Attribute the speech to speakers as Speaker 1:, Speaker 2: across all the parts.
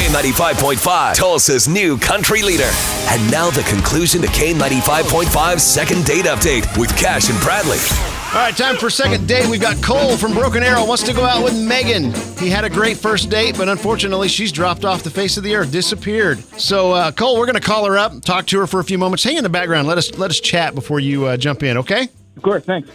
Speaker 1: K95.5, Tulsa's new country leader. And now the conclusion to K95.5's second date update with Cash and Bradley.
Speaker 2: All right, time for second date. We've got Cole from Broken Arrow wants to go out with Megan. He had a great first date, but unfortunately, she's dropped off the face of the earth, disappeared. So, uh, Cole, we're going to call her up, talk to her for a few moments. Hang in the background. Let us let us chat before you uh, jump in. Okay?
Speaker 3: Of course, thanks.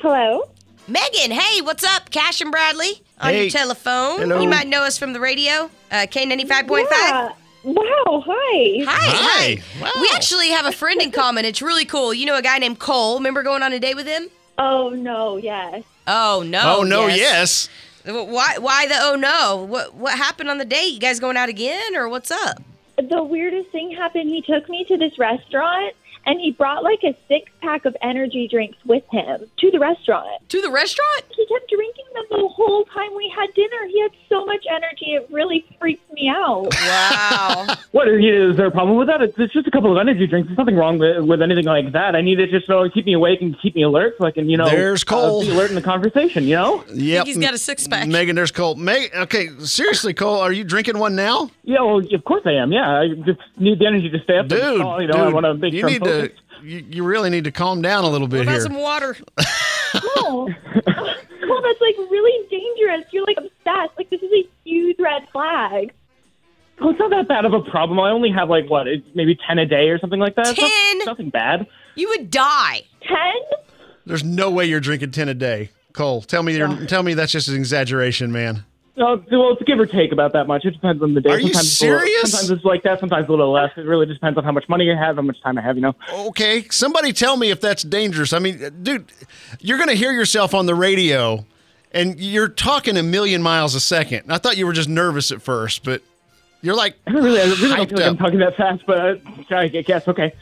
Speaker 4: Hello.
Speaker 5: Megan, hey, what's up? Cash and Bradley on
Speaker 2: Hey.
Speaker 5: your telephone.
Speaker 2: Hello.
Speaker 5: You might know us from the radio, uh, K95.5.
Speaker 4: Yeah. Wow. Hi.
Speaker 5: Hi, hi.
Speaker 2: Hi. Wow.
Speaker 5: We actually have a friend in common. It's really cool. You know a guy named Cole. Remember going on a date with him?
Speaker 4: Oh no. Yes.
Speaker 5: Oh no!
Speaker 2: oh no,
Speaker 5: yes.
Speaker 2: yes.
Speaker 5: Why? Why the oh no? What what happened on the date? You guys going out again or what's up?
Speaker 4: The weirdest thing happened. He took me to this restaurant, and he brought like a six pack of energy drinks with him to the restaurant.
Speaker 5: To the restaurant?
Speaker 4: He kept drinking them the whole time we had dinner. He had so much energy, it really freaked me out.
Speaker 5: Wow.
Speaker 3: What are you, is there a problem with that? It's, it's just a couple of energy drinks. There's nothing wrong with, with anything like that. I need it just to keep me awake and keep me alert so I can, you know,
Speaker 2: There's Cole.
Speaker 3: Uh, be alert in the conversation, you know?
Speaker 2: Yep.
Speaker 5: he's got a six-pack.
Speaker 2: Megan, there's Cole. Meg, okay, seriously, Cole, are you drinking one now?
Speaker 3: Yeah, well, of course I am. Yeah, I just need the energy to stay up. and
Speaker 2: Dude,
Speaker 3: call, you know, I
Speaker 2: dude,
Speaker 3: want to make
Speaker 2: you
Speaker 3: sure I'm
Speaker 2: need to
Speaker 3: focused.
Speaker 2: you, you really need to calm down a little
Speaker 5: what
Speaker 2: bit
Speaker 5: about
Speaker 2: here.
Speaker 5: some water?
Speaker 4: No. Oh. well, that's like really dangerous. You're like obsessed. Like this is a huge red flag.
Speaker 3: Oh, it's not that bad of a problem. I only have like what, it's maybe ten a day or something like that. It's not-
Speaker 5: 10?
Speaker 3: it's nothing bad.
Speaker 5: You would die.
Speaker 4: Ten?
Speaker 2: There's no way you're drinking 10 a day. Cole, tell me you're, tell me that's just an exaggeration, man.
Speaker 3: No, Uh, well, it's give or take about that much. It depends on the day.
Speaker 2: Are you
Speaker 3: sometimes it's a little-
Speaker 2: serious?
Speaker 3: sometimes it's like that. Sometimes a little less. It really just depends on how much money I have, how much time I have. You know.
Speaker 2: Okay, somebody tell me if that's dangerous. I mean, dude, you're going to hear yourself on the radio and you're talking a million miles a second. I thought you were just nervous at first, but you're like,
Speaker 3: I don't really, I really
Speaker 2: Hyped
Speaker 3: don't feel like
Speaker 2: up.
Speaker 3: I'm talking that fast, but uh, I guess okay.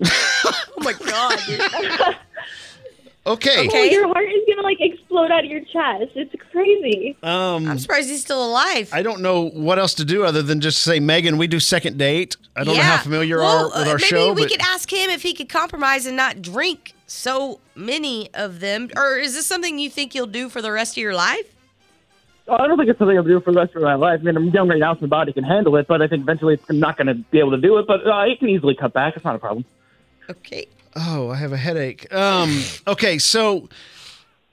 Speaker 5: Oh my god. dude.
Speaker 2: okay.
Speaker 4: Well,
Speaker 5: Okay.
Speaker 4: your heart is gonna like explode out of your chest. It's crazy.
Speaker 5: I'm surprised he's still alive.
Speaker 2: Um, I don't know what else to do other than just say, Megan, we do second date. I don't know how familiar you
Speaker 5: well,
Speaker 2: are with
Speaker 5: uh,
Speaker 2: our
Speaker 5: maybe
Speaker 2: show,
Speaker 5: we
Speaker 2: but
Speaker 5: could ask him if he could compromise and not drink so many of them. Or is this something you think you'll do for the rest of your life?
Speaker 3: Well, Oh, I don't think it's something I'll do for the rest of my life. I mean, I'm young right now, so my body can handle it, but I think eventually it's, I'm not going to be able to do it. But uh, I can easily cut back; it's not a problem.
Speaker 5: Okay.
Speaker 2: oh, I have a headache. Um, okay, so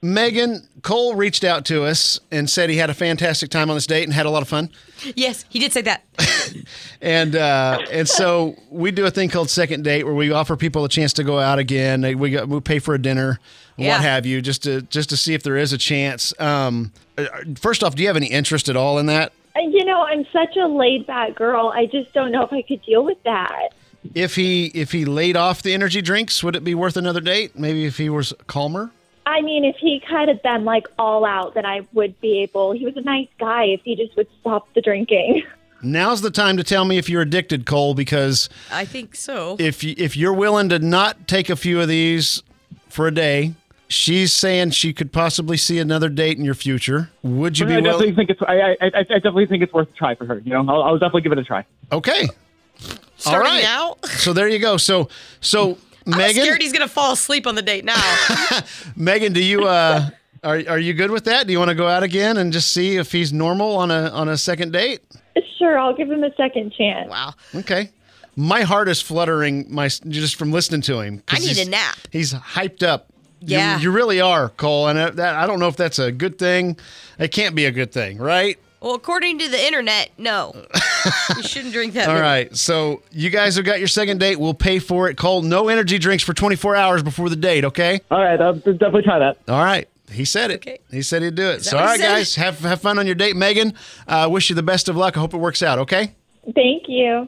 Speaker 2: Megan Cole reached out to us and said he had a fantastic time on this date and had a lot of fun.
Speaker 5: Yes, he did say that.
Speaker 2: and uh, and so we do a thing called second date where we offer people a chance to go out again. They- We got, we pay for a dinner,
Speaker 5: Yeah.
Speaker 2: what have you, just to just to see if there is a chance. Um, uh, first off, do you have any interest at all in that?
Speaker 4: And you know, I'm such a laid back girl. I just don't know if I could deal with that.
Speaker 2: If he if he laid off the energy drinks, would it be worth another date? Maybe if he was calmer.
Speaker 4: I mean, if he kind of been like all out, then I would be able. He was a nice guy if he just would stop the drinking.
Speaker 2: Now's the time to tell me if you're addicted, Cole, because
Speaker 5: I think so.
Speaker 2: if you, if you're willing to not take a few of these for a day, she's saying she could possibly see another date in your future. Would you
Speaker 3: But I
Speaker 2: be
Speaker 3: definitely
Speaker 2: willing?
Speaker 3: think it's I, I, I I definitely think it's worth a try for her. You know, I'll, I'll definitely give it a try.
Speaker 2: Okay.
Speaker 5: Starting
Speaker 2: All right.
Speaker 5: now.
Speaker 2: So there you go. So so
Speaker 5: I'm
Speaker 2: Megan,
Speaker 5: scared he's gonna fall asleep on the date now.
Speaker 2: Megan, do you uh are are you good with that? Do you want to go out again and just see if he's normal on a on a second date?
Speaker 4: sure, I'll give him a second chance.
Speaker 5: wow.
Speaker 2: Okay. My heart is fluttering my just from listening to him. 'cause
Speaker 5: I need a
Speaker 2: he's-
Speaker 5: nap.
Speaker 2: He's hyped up. You-
Speaker 5: Yeah.
Speaker 2: You, really are, Cole, and I, that I don't know if that's a good thing. It can't be a good thing, right?
Speaker 5: Well, according to the internet, no. you shouldn't drink that.
Speaker 2: All
Speaker 5: many.
Speaker 2: right. So you guys have got your second date. We'll pay for it, Cole. No energy drinks for 24 hours before the date, okay?
Speaker 3: All right, I'll definitely try that.
Speaker 2: All right. He said it.
Speaker 5: Okay.
Speaker 2: He said he'd do it. So,
Speaker 5: that
Speaker 2: all
Speaker 5: what
Speaker 2: right,
Speaker 5: he said?
Speaker 2: guys, have, have fun on your date, Megan. Uh, wish you the best of luck. I hope it works out, okay?
Speaker 4: Thank you.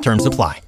Speaker 6: Terms apply.